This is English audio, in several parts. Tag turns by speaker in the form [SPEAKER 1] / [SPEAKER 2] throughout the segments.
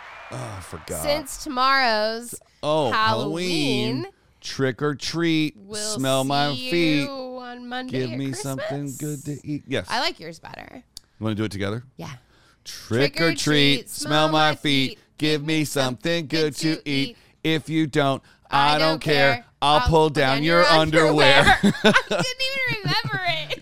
[SPEAKER 1] Oh, I forgot.
[SPEAKER 2] Since tomorrow's
[SPEAKER 1] oh,
[SPEAKER 2] Halloween,
[SPEAKER 1] Trick or treat.
[SPEAKER 2] we'll
[SPEAKER 1] Smell
[SPEAKER 2] see
[SPEAKER 1] my feet.
[SPEAKER 2] you on Monday.
[SPEAKER 1] Give
[SPEAKER 2] at
[SPEAKER 1] me
[SPEAKER 2] Christmas.
[SPEAKER 1] something good to eat. Yes.
[SPEAKER 2] I like yours better.
[SPEAKER 1] you want to do it together?
[SPEAKER 2] Yeah.
[SPEAKER 1] Trick or treat, smell my feet, give me something good to eat. If you don't, I don't care. I'll pull down your underwear.
[SPEAKER 2] I didn't even remember it.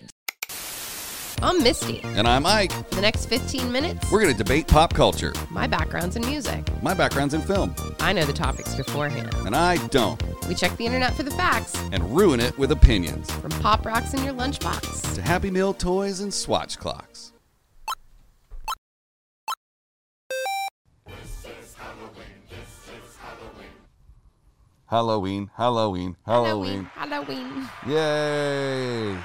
[SPEAKER 2] I'm Misty.
[SPEAKER 1] And I'm Ike.
[SPEAKER 2] The next 15 minutes,
[SPEAKER 1] We're going to debate pop culture.
[SPEAKER 2] my background's in music.
[SPEAKER 1] My background's in film,
[SPEAKER 2] I know the topics beforehand.
[SPEAKER 1] and I don't,
[SPEAKER 2] We check the internet for the facts
[SPEAKER 1] and ruin it with opinions.
[SPEAKER 2] from pop rocks in your lunchbox.
[SPEAKER 1] To Happy Meal toys and swatch clocks. Halloween, Halloween, Halloween,
[SPEAKER 2] Halloween.
[SPEAKER 1] Halloween. Yay!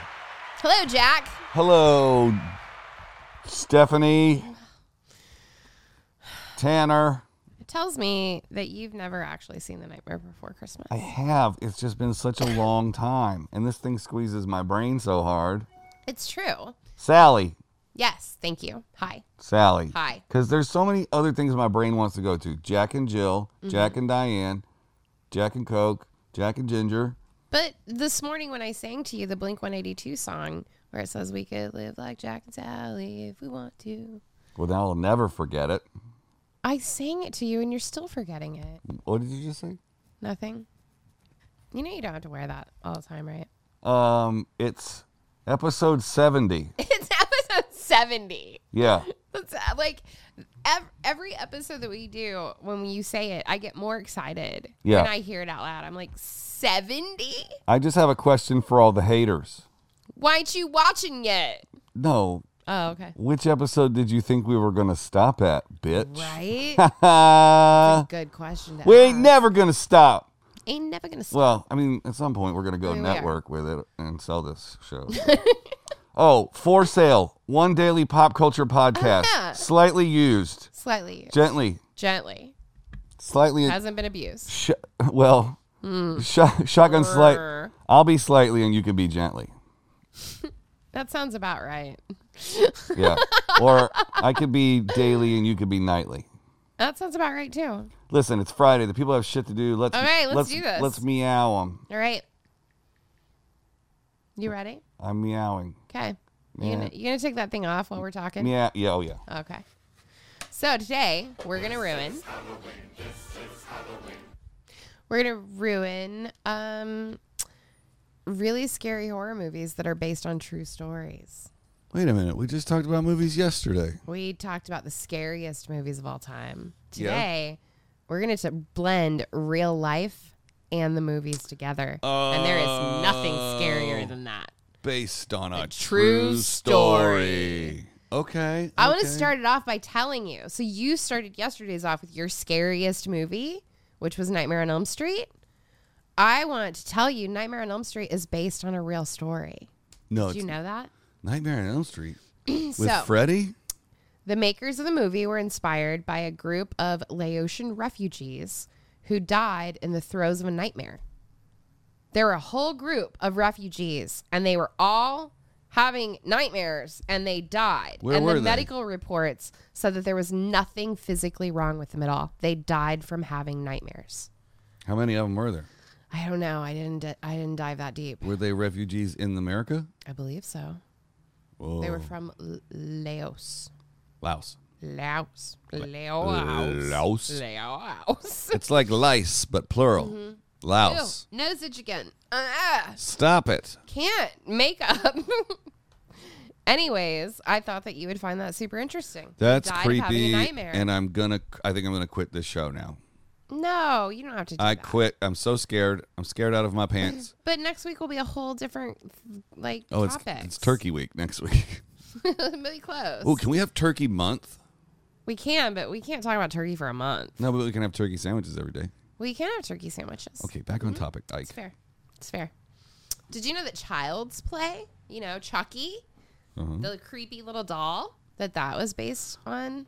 [SPEAKER 2] Hello, Jack.
[SPEAKER 1] Hello, Stephanie, Tanner.
[SPEAKER 2] It tells me that you've never actually seen The Nightmare Before Christmas.
[SPEAKER 1] I have. It's just been such a long time, and this thing squeezes my brain so hard.
[SPEAKER 2] It's true.
[SPEAKER 1] Sally,
[SPEAKER 2] Yes, thank you. Hi.
[SPEAKER 1] Sally.
[SPEAKER 2] Hi.
[SPEAKER 1] Because there's so many other things my brain wants to go to. Jack and Jill, Jack and Diane, Jack and Coke, Jack and Ginger.
[SPEAKER 2] But this morning when I sang to you the Blink 182 song where it says we could live like Jack and Sally if we want to,
[SPEAKER 1] Well, now I'll never forget it.
[SPEAKER 2] I sang it to you and you're still forgetting it.
[SPEAKER 1] What did you just say?
[SPEAKER 2] Nothing. You know you don't have to wear that all the time, right?
[SPEAKER 1] Um, it's episode 70.
[SPEAKER 2] It's episode 70.
[SPEAKER 1] Yeah.
[SPEAKER 2] That's uh, like ev- every episode that we do when you say it, I get more excited
[SPEAKER 1] Yeah.
[SPEAKER 2] when I hear it out loud. I'm like, 70?
[SPEAKER 1] I just have a question for all the haters.
[SPEAKER 2] Why aren't you watching yet?
[SPEAKER 1] No,
[SPEAKER 2] Oh, okay.
[SPEAKER 1] which episode did you think we were going to stop at, bitch?
[SPEAKER 2] Right?
[SPEAKER 1] Right.
[SPEAKER 2] Good question. To
[SPEAKER 1] we ain't
[SPEAKER 2] ask.
[SPEAKER 1] never going to stop.
[SPEAKER 2] Ain't never gonna stop.
[SPEAKER 1] Well, I mean, at some point we're gonna go
[SPEAKER 2] mean, we are.
[SPEAKER 1] network with it and sell this show. oh, for sale, one daily pop culture podcast,
[SPEAKER 2] Oh, yeah.
[SPEAKER 1] slightly used,
[SPEAKER 2] Slightly,
[SPEAKER 1] gently,
[SPEAKER 2] gently.
[SPEAKER 1] slightly.
[SPEAKER 2] Hasn't been abused.
[SPEAKER 1] Sh- well,
[SPEAKER 2] Hmm.
[SPEAKER 1] sh- shotgun slight.
[SPEAKER 2] Brr.
[SPEAKER 1] I'll be slightly, and you can be gently.
[SPEAKER 2] That sounds about right.
[SPEAKER 1] Yeah, or I could be daily, and you could be nightly.
[SPEAKER 2] That sounds about right too.
[SPEAKER 1] Listen, it's Friday. The people have shit to do. Let's
[SPEAKER 2] All right, let's do this.
[SPEAKER 1] Let's meow them.
[SPEAKER 2] All right. You ready?
[SPEAKER 1] I'm meowing.
[SPEAKER 2] Okay. You gonna, you gonna take that thing off while we're talking?
[SPEAKER 1] Yeah, yeah, oh yeah.
[SPEAKER 2] Okay. So today we're gonna ruin. We're gonna ruin um really scary horror movies that are based on true stories.
[SPEAKER 1] Wait a minute. We just talked about movies yesterday.
[SPEAKER 2] We talked about the scariest movies of all time.
[SPEAKER 1] Yeah.
[SPEAKER 2] Today, we're going to blend real life and the movies together. and there is nothing scarier
[SPEAKER 1] Oh.
[SPEAKER 2] than that.
[SPEAKER 1] based on a,
[SPEAKER 2] true
[SPEAKER 1] true story. Okay.
[SPEAKER 2] I want to
[SPEAKER 1] okay.
[SPEAKER 2] start it off by telling you. So, you started yesterday's off with your scariest movie, which was Nightmare on Elm Street. I want to tell you Nightmare on Elm Street is based on a real story.
[SPEAKER 1] No,
[SPEAKER 2] Did
[SPEAKER 1] it's
[SPEAKER 2] you know that?
[SPEAKER 1] Nightmare on Elm Street with
[SPEAKER 2] So-
[SPEAKER 1] Freddy.
[SPEAKER 2] The makers of the movie were inspired by a group of Laotian refugees who died in the throes of a nightmare. There were a whole group of refugees, and they were all having nightmares, and they died.
[SPEAKER 1] Where
[SPEAKER 2] and
[SPEAKER 1] were
[SPEAKER 2] the
[SPEAKER 1] they?
[SPEAKER 2] medical reports said that there was nothing physically wrong with them at all. They died from having nightmares.
[SPEAKER 1] How many of them were there?
[SPEAKER 2] I don't know. I didn't. di- I didn't dive that deep.
[SPEAKER 1] Were they refugees in America?
[SPEAKER 2] I believe so.
[SPEAKER 1] Oh,
[SPEAKER 2] They were from L- Laos.
[SPEAKER 1] Laos.
[SPEAKER 2] Laos. Laos.
[SPEAKER 1] Laos.
[SPEAKER 2] Laos.
[SPEAKER 1] It's like lice, but plural. Laos.
[SPEAKER 2] Mm-hmm. Ew, nosage again. Uh,
[SPEAKER 1] Stop it.
[SPEAKER 2] can't makeup. Anyways, I thought that you would find that super interesting. You
[SPEAKER 1] That's
[SPEAKER 2] died of having a
[SPEAKER 1] creepy.
[SPEAKER 2] nightmare.
[SPEAKER 1] And I'm gonna. I think I'm gonna quit this show now.
[SPEAKER 2] no, you don't have to. Do
[SPEAKER 1] I
[SPEAKER 2] that.
[SPEAKER 1] quit. I'm so scared. I'm scared out of my pants.
[SPEAKER 2] But next week will be a whole different like
[SPEAKER 1] Oh, it's
[SPEAKER 2] topics.
[SPEAKER 1] it's Turkey Week next week.
[SPEAKER 2] really close.
[SPEAKER 1] Oh, can we have Turkey Month?
[SPEAKER 2] We can, but we can't talk about turkey for a month.
[SPEAKER 1] No, but we can have turkey sandwiches every day.
[SPEAKER 2] We can have turkey sandwiches.
[SPEAKER 1] Okay, back
[SPEAKER 2] Mm-hmm.
[SPEAKER 1] on topic. Ike.
[SPEAKER 2] It's fair. It's fair. Did you know that Child's Play, you know, Chucky,
[SPEAKER 1] Uh-huh.
[SPEAKER 2] the creepy little doll, that that was based on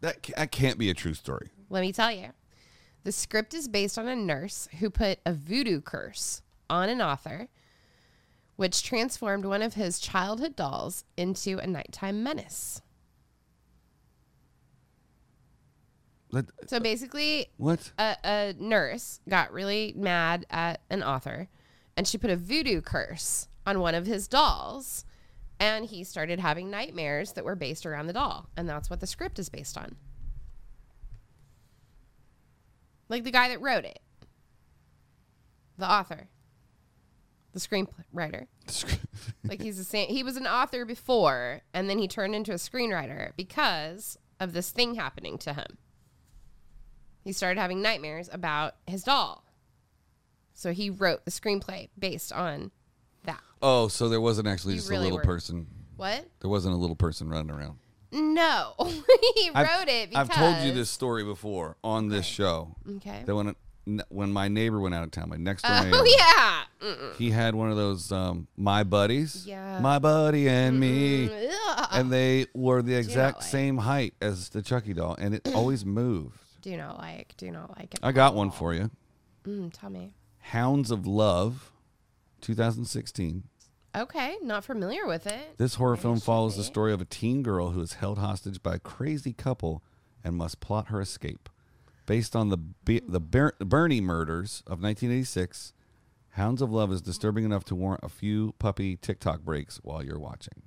[SPEAKER 1] That ca- that can't be a true story.
[SPEAKER 2] Let me tell you. The script is based on a nurse who put a voodoo curse on an author, which transformed one of his childhood dolls into a nighttime menace.
[SPEAKER 1] Let,
[SPEAKER 2] So basically,
[SPEAKER 1] what?
[SPEAKER 2] a, a nurse got really mad at an author and she put a voodoo curse on one of his dolls and he started having nightmares that were based around the doll and that's what the script is based on like the guy that wrote it the author the screenwriter like he's a sa- he was an author before and then he turned into a screenwriter because of this thing happening to him he started having nightmares about his doll. So he wrote the screenplay based on that.
[SPEAKER 1] oh, so there wasn't actually
[SPEAKER 2] You
[SPEAKER 1] just
[SPEAKER 2] really
[SPEAKER 1] a little
[SPEAKER 2] were-
[SPEAKER 1] person.
[SPEAKER 2] What?
[SPEAKER 1] There wasn't a little person running around.
[SPEAKER 2] No. he
[SPEAKER 1] I've-
[SPEAKER 2] wrote it because
[SPEAKER 1] I've told you this story before on this show.
[SPEAKER 2] Okay.
[SPEAKER 1] That when when my neighbor went out of town, my next door neighbor,
[SPEAKER 2] Oh yeah. Mm-mm.
[SPEAKER 1] he had one of those um, my buddies,
[SPEAKER 2] Yeah. Mm-hmm.
[SPEAKER 1] my buddy and me,
[SPEAKER 2] Ugh.
[SPEAKER 1] and they were the exact
[SPEAKER 2] like.
[SPEAKER 1] same height as the Chucky doll, and it always moved.
[SPEAKER 2] do not like. Do not like it.
[SPEAKER 1] I got one for you,
[SPEAKER 2] Mm, tell me.
[SPEAKER 1] Hounds of Love, 2016.
[SPEAKER 2] Okay. Not familiar with it.
[SPEAKER 1] This horror film follows the story of a teen girl who is held hostage by a crazy couple and must plot her escape. Based on the Be- the Ber- Bernie murders of 1986, Hounds of Love is disturbing enough to warrant a few puppy TikTok breaks while you're watching.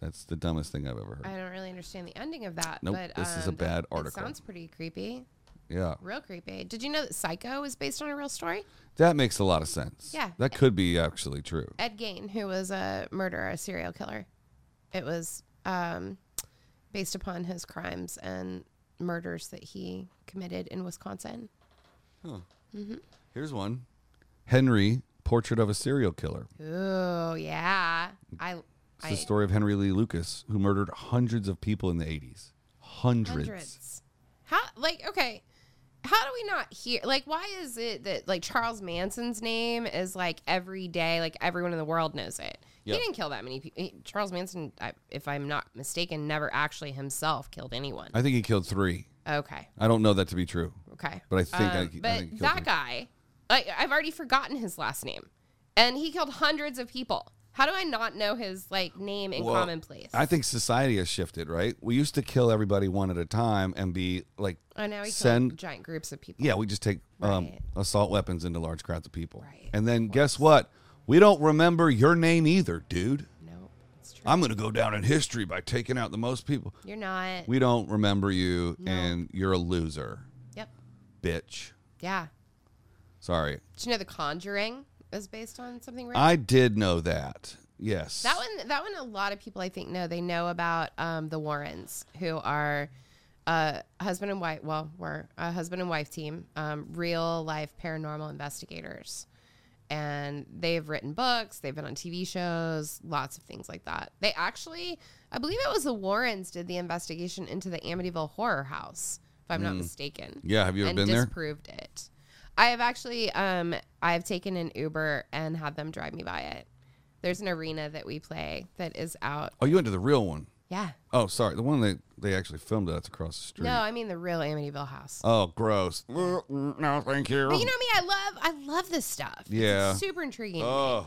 [SPEAKER 1] That's the dumbest thing I've ever heard.
[SPEAKER 2] I don't really understand the ending of that.
[SPEAKER 1] Nope,
[SPEAKER 2] But,
[SPEAKER 1] this is a
[SPEAKER 2] um,
[SPEAKER 1] bad
[SPEAKER 2] it
[SPEAKER 1] article.
[SPEAKER 2] sounds pretty creepy.
[SPEAKER 1] yeah,
[SPEAKER 2] Real creepy. Did you know that Psycho is based on a real story?
[SPEAKER 1] that makes a lot of sense.
[SPEAKER 2] Yeah.
[SPEAKER 1] that could be actually true.
[SPEAKER 2] Ed Gain, who was a murderer, a serial killer. It was um, based upon his crimes and murders that he committed in Wisconsin.
[SPEAKER 1] Here's one: Henry, Portrait of a Serial Killer.
[SPEAKER 2] Oh yeah, I,
[SPEAKER 1] It's
[SPEAKER 2] I
[SPEAKER 1] the story of Henry Lee Lucas, who murdered hundreds of people in the 80s. hundreds.
[SPEAKER 2] hundreds. How like okay? How do we not hear? Like, why is it that like Charles Manson's name is like every day? Like everyone in the world knows it.
[SPEAKER 1] Yeah.
[SPEAKER 2] He didn't kill that many people. Charles Manson, I, if I'm not mistaken, never actually himself killed anyone.
[SPEAKER 1] I think he killed three.
[SPEAKER 2] Okay,
[SPEAKER 1] I don't know that to be true,
[SPEAKER 2] okay.
[SPEAKER 1] but I think I,
[SPEAKER 2] Um,
[SPEAKER 1] I think
[SPEAKER 2] but
[SPEAKER 1] he killed
[SPEAKER 2] that
[SPEAKER 1] three.
[SPEAKER 2] guy, I, I've already forgotten his last name, and he killed hundreds of people. How do I not know his like name in
[SPEAKER 1] Well,
[SPEAKER 2] commonplace?
[SPEAKER 1] I think society has shifted, right? We used to kill everybody one at a time and be like,
[SPEAKER 2] oh, now he
[SPEAKER 1] send-
[SPEAKER 2] killed giant groups of people.
[SPEAKER 1] yeah, we just take um,
[SPEAKER 2] Right.
[SPEAKER 1] assault weapons into large crowds of people.
[SPEAKER 2] Right,
[SPEAKER 1] And then guess what? We don't remember your name either, dude.
[SPEAKER 2] No, it's true.
[SPEAKER 1] I'm going to go down in history by taking out the most people.
[SPEAKER 2] You're not.
[SPEAKER 1] We don't remember you, and you're a loser,
[SPEAKER 2] yep.
[SPEAKER 1] bitch.
[SPEAKER 2] Yeah.
[SPEAKER 1] Sorry.
[SPEAKER 2] Did you know The Conjuring is based on something real?
[SPEAKER 1] I did know that. Yes.
[SPEAKER 2] That one, that one, a lot of people I think know. They know about um, the Warrens, who are uh, husband and wife. Well, were a husband and wife team, um, real life paranormal investigators, and they've written books. They've been on TV shows, lots of things like that. They actually, I believe it was the Warrens did the investigation into the Amityville Horror House, if I'm not mistaken
[SPEAKER 1] Yeah. Have you ever
[SPEAKER 2] and
[SPEAKER 1] been there?
[SPEAKER 2] disproved it. I have actually, um, I have taken an Uber and had them drive me by it. There's an arena that we play that is out.
[SPEAKER 1] Oh, you went to the real one.
[SPEAKER 2] Yeah.
[SPEAKER 1] Oh, sorry. The one that they actually filmed that's across the street.
[SPEAKER 2] No, I mean the real Amityville house.
[SPEAKER 1] Oh, gross. No, thank you.
[SPEAKER 2] But you know me, I love, I love this stuff. It's
[SPEAKER 1] Yeah.
[SPEAKER 2] super intriguing
[SPEAKER 1] oh.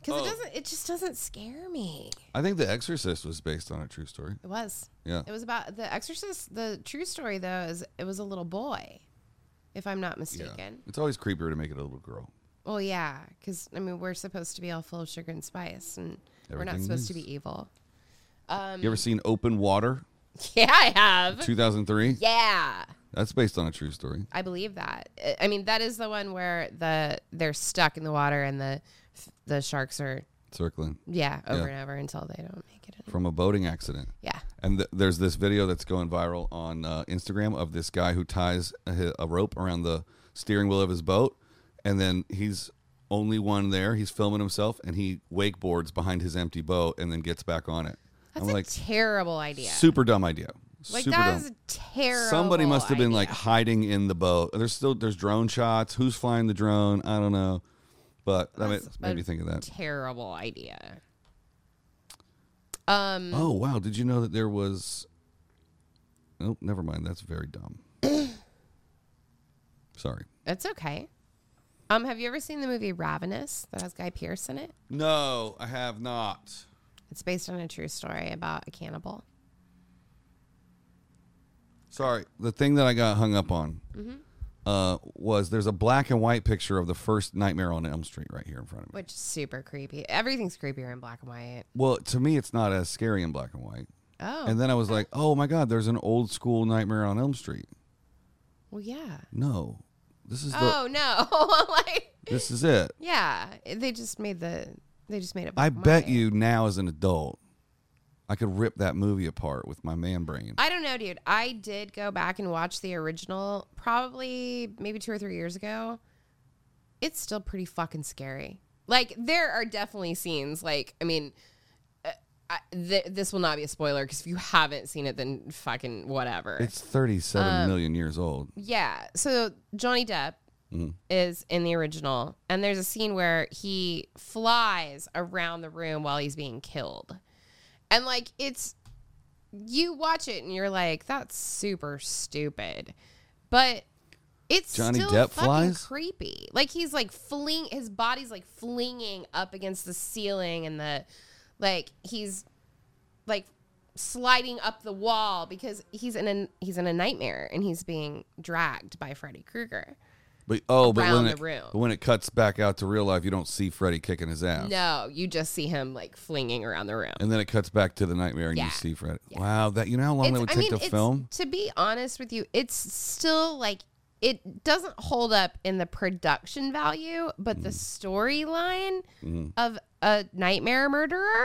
[SPEAKER 2] because it doesn't, it just doesn't scare me.
[SPEAKER 1] I think The Exorcist was based on a true story.
[SPEAKER 2] It was.
[SPEAKER 1] Yeah.
[SPEAKER 2] It was about The Exorcist. The true story though is it was a little boy, if I'm not
[SPEAKER 1] Yeah.
[SPEAKER 2] mistaken.
[SPEAKER 1] It's always creepier to make it a little girl.
[SPEAKER 2] Well, yeah, because I mean, we're supposed to be all full of sugar and spice, and we're not
[SPEAKER 1] Everything
[SPEAKER 2] supposed to
[SPEAKER 1] is.
[SPEAKER 2] be evil. Um,
[SPEAKER 1] you ever seen Open Water,
[SPEAKER 2] Yeah, I have.
[SPEAKER 1] 2003?
[SPEAKER 2] Yeah,
[SPEAKER 1] That's based on a true story.
[SPEAKER 2] I believe that. I- I mean, that is the one where the they're stuck in the water and the the sharks are
[SPEAKER 1] Circling
[SPEAKER 2] yeah over
[SPEAKER 1] Yeah.
[SPEAKER 2] and over until they don't make it. Anymore.
[SPEAKER 1] from a boating accident.
[SPEAKER 2] Yeah.
[SPEAKER 1] And th- there's this video that's going viral on uh, Instagram of this guy who ties a, a rope around the steering wheel of his boat, and then he's only one there. He's filming himself, and he wakeboards behind his empty boat, and then gets back on it.
[SPEAKER 2] That's
[SPEAKER 1] I'm
[SPEAKER 2] a
[SPEAKER 1] like,
[SPEAKER 2] terrible idea.
[SPEAKER 1] super dumb idea.
[SPEAKER 2] like
[SPEAKER 1] super
[SPEAKER 2] that
[SPEAKER 1] dumb.
[SPEAKER 2] is a terrible.
[SPEAKER 1] Somebody must have been like
[SPEAKER 2] idea.
[SPEAKER 1] hiding in the boat. There's still there's drone shots. Who's flying the drone? I don't know, but that made,
[SPEAKER 2] That's
[SPEAKER 1] made
[SPEAKER 2] a-
[SPEAKER 1] me think of that.
[SPEAKER 2] terrible idea. Um.
[SPEAKER 1] Oh wow! Did you know that there was? Oh, never mind. That's very dumb. Sorry.
[SPEAKER 2] It's okay. Um, have you ever seen the movie Ravenous that has Guy Pearce in it?
[SPEAKER 1] No, I have not.
[SPEAKER 2] It's based on a true story about a cannibal.
[SPEAKER 1] Sorry, the thing that I got hung up on uh, was there's a black and white picture of the first Nightmare on Elm Street right here in front of me.
[SPEAKER 2] which is super creepy. Everything's creepier in black and white.
[SPEAKER 1] Well, to me, it's not as scary in black and white.
[SPEAKER 2] Oh,
[SPEAKER 1] And then I was like, oh my God, there's an old school Nightmare on Elm Street.
[SPEAKER 2] well, yeah.
[SPEAKER 1] No, this is the
[SPEAKER 2] Oh no, like
[SPEAKER 1] this is it.
[SPEAKER 2] yeah, eh, they just made the they just made it.
[SPEAKER 1] I
[SPEAKER 2] black and
[SPEAKER 1] bet
[SPEAKER 2] white.
[SPEAKER 1] you now as an adult, I could rip that movie apart with my man brain.
[SPEAKER 2] I don't know, dude. I did go back and watch the original probably maybe two or three years ago. It's still pretty fucking scary. Like, there are definitely scenes, like, I mean, uh, I, th- this will not be a spoiler because if you haven't seen it, then fucking whatever.
[SPEAKER 1] It's 37
[SPEAKER 2] Um,
[SPEAKER 1] million years old.
[SPEAKER 2] Yeah. So Johnny Depp is in the original, and there's a scene where he flies around the room while he's being killed. And like, it's you watch it and you're like, that's super stupid. But it's
[SPEAKER 1] Johnny
[SPEAKER 2] still
[SPEAKER 1] Depp
[SPEAKER 2] fucking
[SPEAKER 1] flies?
[SPEAKER 2] creepy. Like he's like fling his body's like flinging up against the ceiling and the like he's like sliding up the wall because he's in a he's in a nightmare and he's being dragged by Freddy Krueger.
[SPEAKER 1] But oh, but
[SPEAKER 2] Around
[SPEAKER 1] when,
[SPEAKER 2] the
[SPEAKER 1] it,
[SPEAKER 2] room.
[SPEAKER 1] but when it cuts back out to real life, you don't see Freddy kicking his ass.
[SPEAKER 2] No, you just see him like flinging around the room.
[SPEAKER 1] And then it cuts back to the nightmare and
[SPEAKER 2] Yeah.
[SPEAKER 1] you see Freddy. Wow, that you know how long that would take to
[SPEAKER 2] it's-
[SPEAKER 1] film?
[SPEAKER 2] To be honest with you, it's still like it doesn't hold up in the production value, but
[SPEAKER 1] Mm.
[SPEAKER 2] the storyline
[SPEAKER 1] Mm-hmm.
[SPEAKER 2] of a nightmare murderer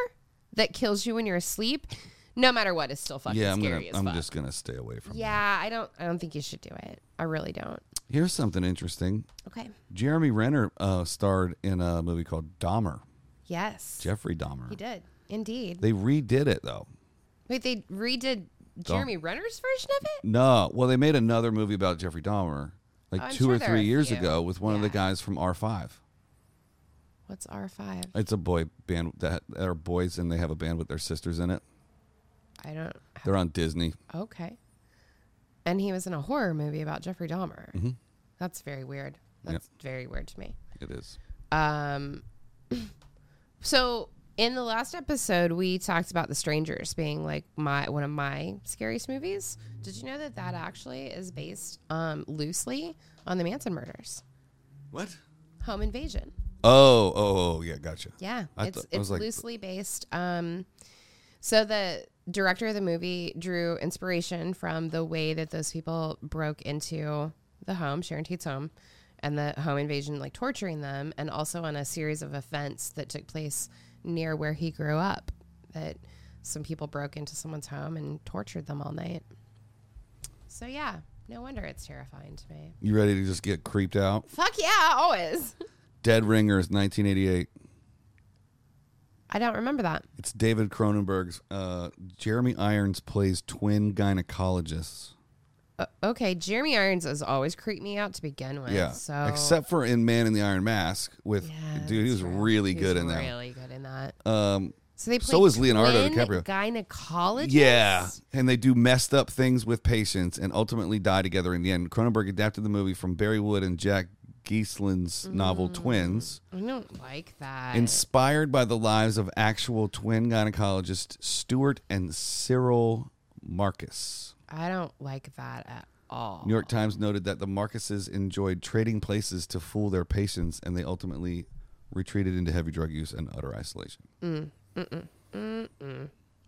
[SPEAKER 2] that kills you when you're asleep, no matter what, is still fucking
[SPEAKER 1] Yeah, I'm gonna
[SPEAKER 2] scary as
[SPEAKER 1] I'm
[SPEAKER 2] fuck.
[SPEAKER 1] just gonna stay away from it.
[SPEAKER 2] yeah, I don't I don't think you should do it. I really don't.
[SPEAKER 1] Here's something interesting.
[SPEAKER 2] Okay.
[SPEAKER 1] Jeremy Renner uh, starred in a movie called Dahmer.
[SPEAKER 2] Yes.
[SPEAKER 1] Jeffrey Dahmer.
[SPEAKER 2] He did. Indeed.
[SPEAKER 1] They redid it though.
[SPEAKER 2] Wait, they redid Jeremy Renner's version of it?
[SPEAKER 1] No, well, they made another movie about Jeffrey Dahmer like
[SPEAKER 2] Oh, I'm
[SPEAKER 1] two
[SPEAKER 2] sure
[SPEAKER 1] or
[SPEAKER 2] there are a
[SPEAKER 1] three years
[SPEAKER 2] few.
[SPEAKER 1] ago with one of the
[SPEAKER 2] Yeah.
[SPEAKER 1] guys from R5.
[SPEAKER 2] What's R five?
[SPEAKER 1] It's a boy band that that are boys and they have a band with their sisters in it.
[SPEAKER 2] I don't
[SPEAKER 1] They're on Disney.
[SPEAKER 2] Okay. And he was in a horror movie about Jeffrey Dahmer. That's very weird. That's very weird to me.
[SPEAKER 1] It is.
[SPEAKER 2] Um, so in the last episode, we talked about The Strangers being like my one of my scariest movies. Did you know that that actually is based um, loosely on the Manson murders,
[SPEAKER 1] What?
[SPEAKER 2] home invasion?
[SPEAKER 1] Oh, oh, oh yeah, gotcha.
[SPEAKER 2] Yeah,
[SPEAKER 1] I
[SPEAKER 2] it's
[SPEAKER 1] thought- I was
[SPEAKER 2] it's
[SPEAKER 1] like-
[SPEAKER 2] loosely based. Um, so the director of the movie drew inspiration from the way that those people broke into the home, Sharon Tate's home, and the home invasion, like torturing them, and also on a series of events that took place near where he grew up. That some people broke into someone's home and tortured them all night. So yeah, no wonder it's terrifying to me.
[SPEAKER 1] You ready to just get creeped out?
[SPEAKER 2] Fuck yeah, always.
[SPEAKER 1] Dead Ringers, 1988.
[SPEAKER 2] I don't remember that.
[SPEAKER 1] It's David Cronenberg's. Uh, Jeremy Irons plays twin gynecologists.
[SPEAKER 2] Uh, okay, Jeremy Irons has always creeped me out to begin with.
[SPEAKER 1] Yeah.
[SPEAKER 2] So
[SPEAKER 1] Except for in Man in the Iron Mask with
[SPEAKER 2] Yeah,
[SPEAKER 1] dude, he
[SPEAKER 2] that's
[SPEAKER 1] was
[SPEAKER 2] right.
[SPEAKER 1] really
[SPEAKER 2] He
[SPEAKER 1] good
[SPEAKER 2] was
[SPEAKER 1] in that.
[SPEAKER 2] Really good in that.
[SPEAKER 1] Um,
[SPEAKER 2] So they
[SPEAKER 1] so
[SPEAKER 2] play
[SPEAKER 1] was Leonardo
[SPEAKER 2] twin
[SPEAKER 1] DiCaprio.
[SPEAKER 2] Gynecologists.
[SPEAKER 1] yeah, and they do messed up things with patients and ultimately die together in the end. Cronenberg adapted the movie from Barry Wood and Jack Geeslin's novel
[SPEAKER 2] Mm.
[SPEAKER 1] Twins.
[SPEAKER 2] I don't like that.
[SPEAKER 1] inspired by the lives of actual twin gynecologists Stuart and Cyril Marcus.
[SPEAKER 2] I don't like that at all.
[SPEAKER 1] New York Times noted that the Marcuses enjoyed trading places to fool their patients, and they ultimately retreated into heavy drug use and utter isolation.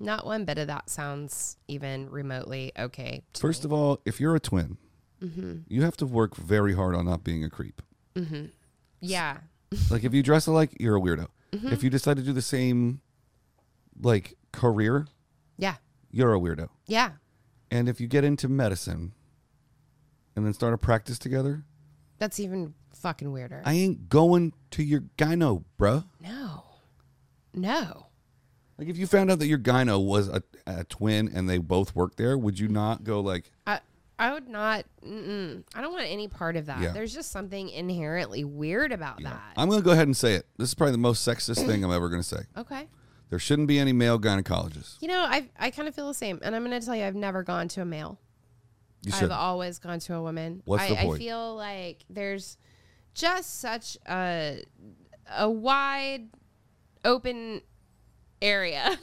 [SPEAKER 2] Not one bit of that sounds even remotely okay. to-
[SPEAKER 1] First of all, if you're a twin, you have to work very hard on not being a creep.
[SPEAKER 2] Yeah.
[SPEAKER 1] like if you dress alike, you're a weirdo. If you decide to do the same, like career,
[SPEAKER 2] Yeah.
[SPEAKER 1] you're a weirdo.
[SPEAKER 2] Yeah.
[SPEAKER 1] And if you get into medicine and then start a practice together,
[SPEAKER 2] That's even fucking weirder.
[SPEAKER 1] I ain't going to your gyno, bruh.
[SPEAKER 2] no. No.
[SPEAKER 1] Like if you found out that your gyno was a, a twin and they both worked there, would you not go like
[SPEAKER 2] I I would not. Mm-mm. I don't want any part of that.
[SPEAKER 1] Yeah.
[SPEAKER 2] There's just something inherently weird about that.
[SPEAKER 1] I'm going to go ahead and say it. This is probably the most sexist thing I'm ever going to say.
[SPEAKER 2] okay.
[SPEAKER 1] There shouldn't be any male gynecologists.
[SPEAKER 2] You know, I I kind of feel the same, and I'm going to tell you, I've never gone to a male.
[SPEAKER 1] You
[SPEAKER 2] I've
[SPEAKER 1] should.
[SPEAKER 2] always gone to a woman.
[SPEAKER 1] What's
[SPEAKER 2] I,
[SPEAKER 1] the
[SPEAKER 2] I
[SPEAKER 1] point?
[SPEAKER 2] feel like there's just such a a wide open area.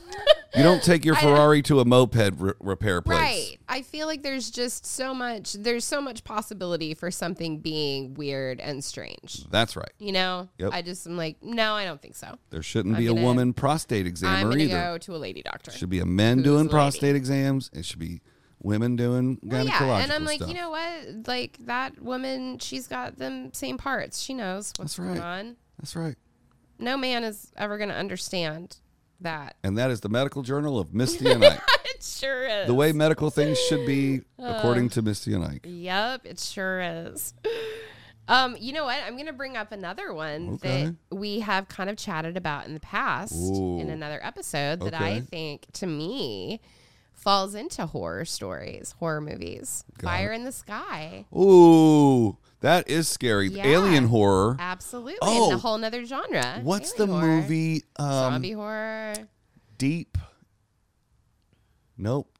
[SPEAKER 1] You don't take your Ferrari to a moped r- repair place.
[SPEAKER 2] Right. I feel like there's just so much there's so much possibility for something being weird and strange.
[SPEAKER 1] That's right.
[SPEAKER 2] You know?
[SPEAKER 1] Yep.
[SPEAKER 2] I just am like, no, I don't think so.
[SPEAKER 1] There shouldn't be
[SPEAKER 2] gonna-
[SPEAKER 1] a woman prostate
[SPEAKER 2] I'm
[SPEAKER 1] examiner
[SPEAKER 2] gonna
[SPEAKER 1] either.
[SPEAKER 2] go to a lady doctor.
[SPEAKER 1] should be a men
[SPEAKER 2] a
[SPEAKER 1] doing
[SPEAKER 2] lady.
[SPEAKER 1] prostate exams. It should be women doing gynecological
[SPEAKER 2] Well, yeah, and I'm like,
[SPEAKER 1] stuff.
[SPEAKER 2] you know what? Like that woman, she's got them same parts. She knows what's
[SPEAKER 1] That's right.
[SPEAKER 2] going on.
[SPEAKER 1] That's right.
[SPEAKER 2] No man is ever going to understand that.
[SPEAKER 1] And that is the medical journal of Misty and Ike.
[SPEAKER 2] it sure is.
[SPEAKER 1] the way medical things should be, according to Misty and Ike.
[SPEAKER 2] Yep, it sure is. Um, you know what? I'm going to bring up another one
[SPEAKER 1] Okay.
[SPEAKER 2] that we have kind of chatted about in the past
[SPEAKER 1] Ooh.
[SPEAKER 2] in another episode that I
[SPEAKER 1] Okay.
[SPEAKER 2] think to me falls into horror stories, horror movies. Fire in the Sky.
[SPEAKER 1] Ooh, that is scary.
[SPEAKER 2] Yeah.
[SPEAKER 1] Alien horror.
[SPEAKER 2] Absolutely.
[SPEAKER 1] Oh.
[SPEAKER 2] And a whole nother genre.
[SPEAKER 1] What's
[SPEAKER 2] Alien
[SPEAKER 1] the
[SPEAKER 2] horror,
[SPEAKER 1] movie? Um,
[SPEAKER 2] Zombie horror.
[SPEAKER 1] Deep. Nope.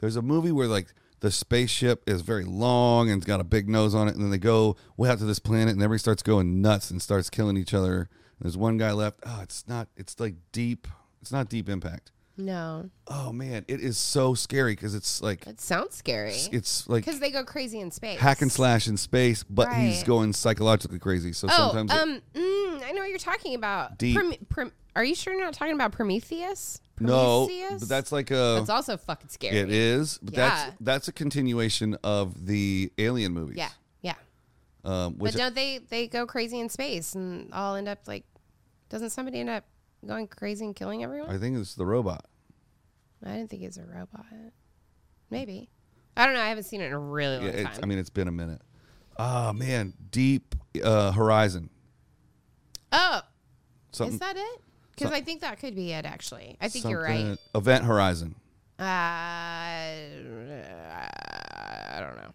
[SPEAKER 1] There's a movie where like the spaceship is very long and it's got a big nose on it, and then they go way out to this planet, and everybody starts going nuts and starts killing each other. there's one guy left. Oh, it's not. It's like deep. It's not deep impact.
[SPEAKER 2] No.
[SPEAKER 1] Oh man, it is so scary because it's like
[SPEAKER 2] It sounds scary.
[SPEAKER 1] it's like
[SPEAKER 2] Because they go crazy in space.
[SPEAKER 1] hack and slash in space, but he's
[SPEAKER 2] Right.
[SPEAKER 1] going psychologically crazy. So
[SPEAKER 2] Oh,
[SPEAKER 1] sometimes it-
[SPEAKER 2] um, mm, I know what you're talking about.
[SPEAKER 1] Deep.
[SPEAKER 2] Prome- Prome- are you sure you're not talking about Prometheus?
[SPEAKER 1] no,
[SPEAKER 2] Prometheus?
[SPEAKER 1] but that's like a
[SPEAKER 2] That's also fucking scary.
[SPEAKER 1] It is. But
[SPEAKER 2] Yeah.
[SPEAKER 1] That's that's a continuation of the Alien movies.
[SPEAKER 2] Yeah, yeah.
[SPEAKER 1] Um,
[SPEAKER 2] But
[SPEAKER 1] which
[SPEAKER 2] don't they they go crazy in space and all end up like? Doesn't somebody end up going crazy and killing everyone?
[SPEAKER 1] I think it's the robot.
[SPEAKER 2] I didn't think he's a robot. Maybe. I don't know. I haven't seen it in a really long
[SPEAKER 1] Yeah, it's,
[SPEAKER 2] time.
[SPEAKER 1] I mean, it's been a minute. Oh man, Deep uh, Horizon.
[SPEAKER 2] oh,
[SPEAKER 1] Something.
[SPEAKER 2] is that it? Because I think that could be it. Actually, I think you're
[SPEAKER 1] something-
[SPEAKER 2] right.
[SPEAKER 1] Event Horizon.
[SPEAKER 2] Uh, I don't know.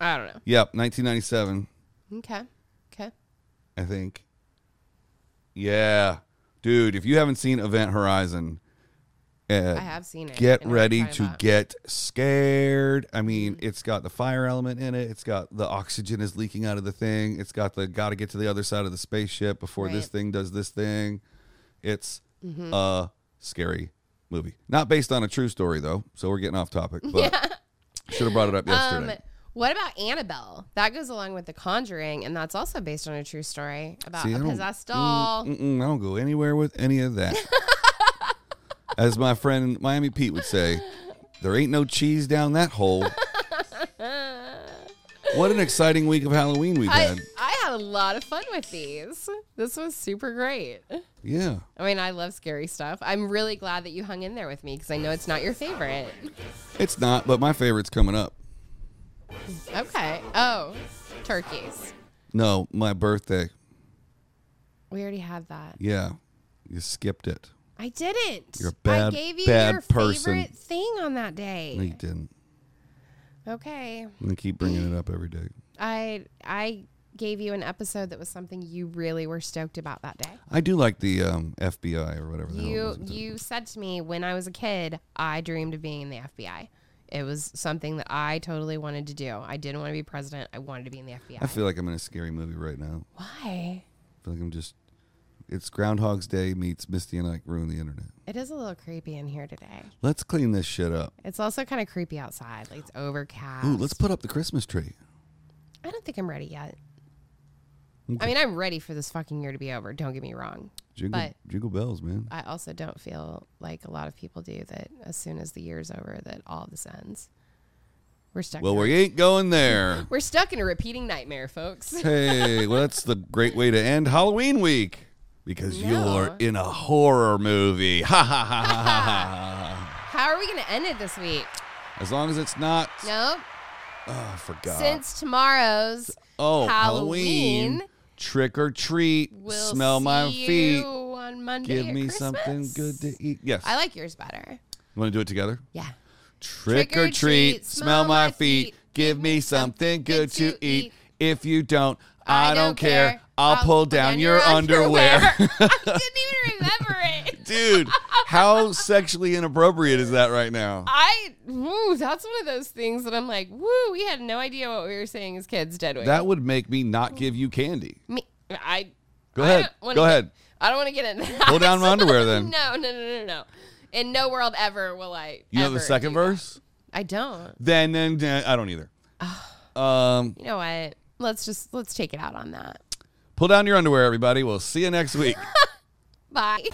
[SPEAKER 2] I don't know.
[SPEAKER 1] Yep, 1997,
[SPEAKER 2] Okay. Okay.
[SPEAKER 1] I think. Yeah, dude, if you haven't seen Event Horizon,
[SPEAKER 2] I
[SPEAKER 1] uh,
[SPEAKER 2] have seen it.
[SPEAKER 1] get
[SPEAKER 2] I know what
[SPEAKER 1] ready
[SPEAKER 2] you're talking
[SPEAKER 1] to
[SPEAKER 2] about.
[SPEAKER 1] get scared. I mean,
[SPEAKER 2] Mm-hmm.
[SPEAKER 1] it's got the fire element in it. It's got the oxygen is leaking out of the thing. It's got the got to get to the other side of the spaceship before this
[SPEAKER 2] Right. Mm-hmm.
[SPEAKER 1] thing does this thing. It's a scary movie. Not based on a true story though, so we're getting off topic. But should have brought it up
[SPEAKER 2] Um,
[SPEAKER 1] yesterday.
[SPEAKER 2] what about Annabelle? That goes along with The Conjuring, and that's also based on a true story about
[SPEAKER 1] See, I
[SPEAKER 2] a
[SPEAKER 1] don't- Mm,
[SPEAKER 2] possessed doll.
[SPEAKER 1] Mm-mm, I don't go anywhere with any of that. As my friend Miami Pete would say, there ain't no cheese down that hole. what an exciting week of Halloween we've
[SPEAKER 2] I,
[SPEAKER 1] had.
[SPEAKER 2] I had a lot of fun with these. This was super great.
[SPEAKER 1] Yeah.
[SPEAKER 2] I mean, I love scary stuff. I'm really glad that you hung in there with me because I know it's not your favorite.
[SPEAKER 1] It's not, but my favorite's coming up.
[SPEAKER 2] Okay. Oh, turkeys.
[SPEAKER 1] No, my birthday.
[SPEAKER 2] We already had that.
[SPEAKER 1] Yeah. You skipped it.
[SPEAKER 2] I didn't.
[SPEAKER 1] You're a bad-
[SPEAKER 2] I gave you
[SPEAKER 1] bad
[SPEAKER 2] your
[SPEAKER 1] person.
[SPEAKER 2] favorite thing on that
[SPEAKER 1] No, you
[SPEAKER 2] day.
[SPEAKER 1] didn't.
[SPEAKER 2] Okay.
[SPEAKER 1] And I keep bringing it up every day.
[SPEAKER 2] I I gave you an episode that was something you really were stoked about that day.
[SPEAKER 1] I do like the um, FBI or whatever the hell it
[SPEAKER 2] You
[SPEAKER 1] was.
[SPEAKER 2] you said to me when I was a kid, I dreamed of being in the FBI. It was something that I totally wanted to do. I didn't want to be president. I wanted to be in the FBI.
[SPEAKER 1] I feel like I'm in a scary movie right now.
[SPEAKER 2] Why?
[SPEAKER 1] I feel like I'm just. It's Groundhog's Day meets Misty and Ike ruin the internet.
[SPEAKER 2] It is a little creepy in here today.
[SPEAKER 1] Let's clean this shit up.
[SPEAKER 2] It's also kind of creepy outside. Like it's overcast.
[SPEAKER 1] Ooh, let's put up the Christmas tree.
[SPEAKER 2] I don't think I'm ready yet. I mean, I'm ready for this fucking year to be over. Don't get me wrong.
[SPEAKER 1] Jingle,
[SPEAKER 2] But-
[SPEAKER 1] jingle bells, man.
[SPEAKER 2] I also don't feel like a lot of people do that as soon as the year's over that all of this ends. We're stuck.
[SPEAKER 1] Well,
[SPEAKER 2] in a-
[SPEAKER 1] we ain't going there.
[SPEAKER 2] we're stuck in a repeating nightmare, folks.
[SPEAKER 1] hey, well, that's the great way to end Halloween week because
[SPEAKER 2] No.
[SPEAKER 1] you're in a horror movie. Ha ha ha ha ha
[SPEAKER 2] How are we going to end it this week?
[SPEAKER 1] ha. As long as it's not.
[SPEAKER 2] No,
[SPEAKER 1] Oh, I forgot.
[SPEAKER 2] since tomorrow's
[SPEAKER 1] oh, Halloween.
[SPEAKER 2] Halloween,
[SPEAKER 1] Trick or treat.
[SPEAKER 2] we'll
[SPEAKER 1] Smell
[SPEAKER 2] see
[SPEAKER 1] my feet.
[SPEAKER 2] you on Monday.
[SPEAKER 1] Give
[SPEAKER 2] at
[SPEAKER 1] me
[SPEAKER 2] Christmas.
[SPEAKER 1] something good to eat. Yes.
[SPEAKER 2] I like yours better.
[SPEAKER 1] you want to do it together?
[SPEAKER 2] Yeah.
[SPEAKER 1] Trick or treat, smell my feet, give me something good to eat. If you don't, I don't care. I'll pull down your underwear.
[SPEAKER 2] I didn't even remember it.
[SPEAKER 1] Dude, how sexually inappropriate is that right now?
[SPEAKER 2] I woo, that's one of those things that I'm like, woo, we had no idea what we were saying as kids, did we?
[SPEAKER 1] That would make me not give you candy.
[SPEAKER 2] Me, I
[SPEAKER 1] Go
[SPEAKER 2] I
[SPEAKER 1] ahead.
[SPEAKER 2] don't wanna
[SPEAKER 1] Go
[SPEAKER 2] get-
[SPEAKER 1] ahead.
[SPEAKER 2] I don't want to get into that.
[SPEAKER 1] Pull down my underwear then.
[SPEAKER 2] no, no, no, no, no. In no world ever will I.
[SPEAKER 1] You know the
[SPEAKER 2] ever
[SPEAKER 1] second
[SPEAKER 2] do that.
[SPEAKER 1] verse?
[SPEAKER 2] I don't.
[SPEAKER 1] Then, then, then- I don't either. Um,
[SPEAKER 2] You know what? Let's just let's take it out on that.
[SPEAKER 1] pull down your underwear, everybody. We'll see you next week.
[SPEAKER 2] Bye.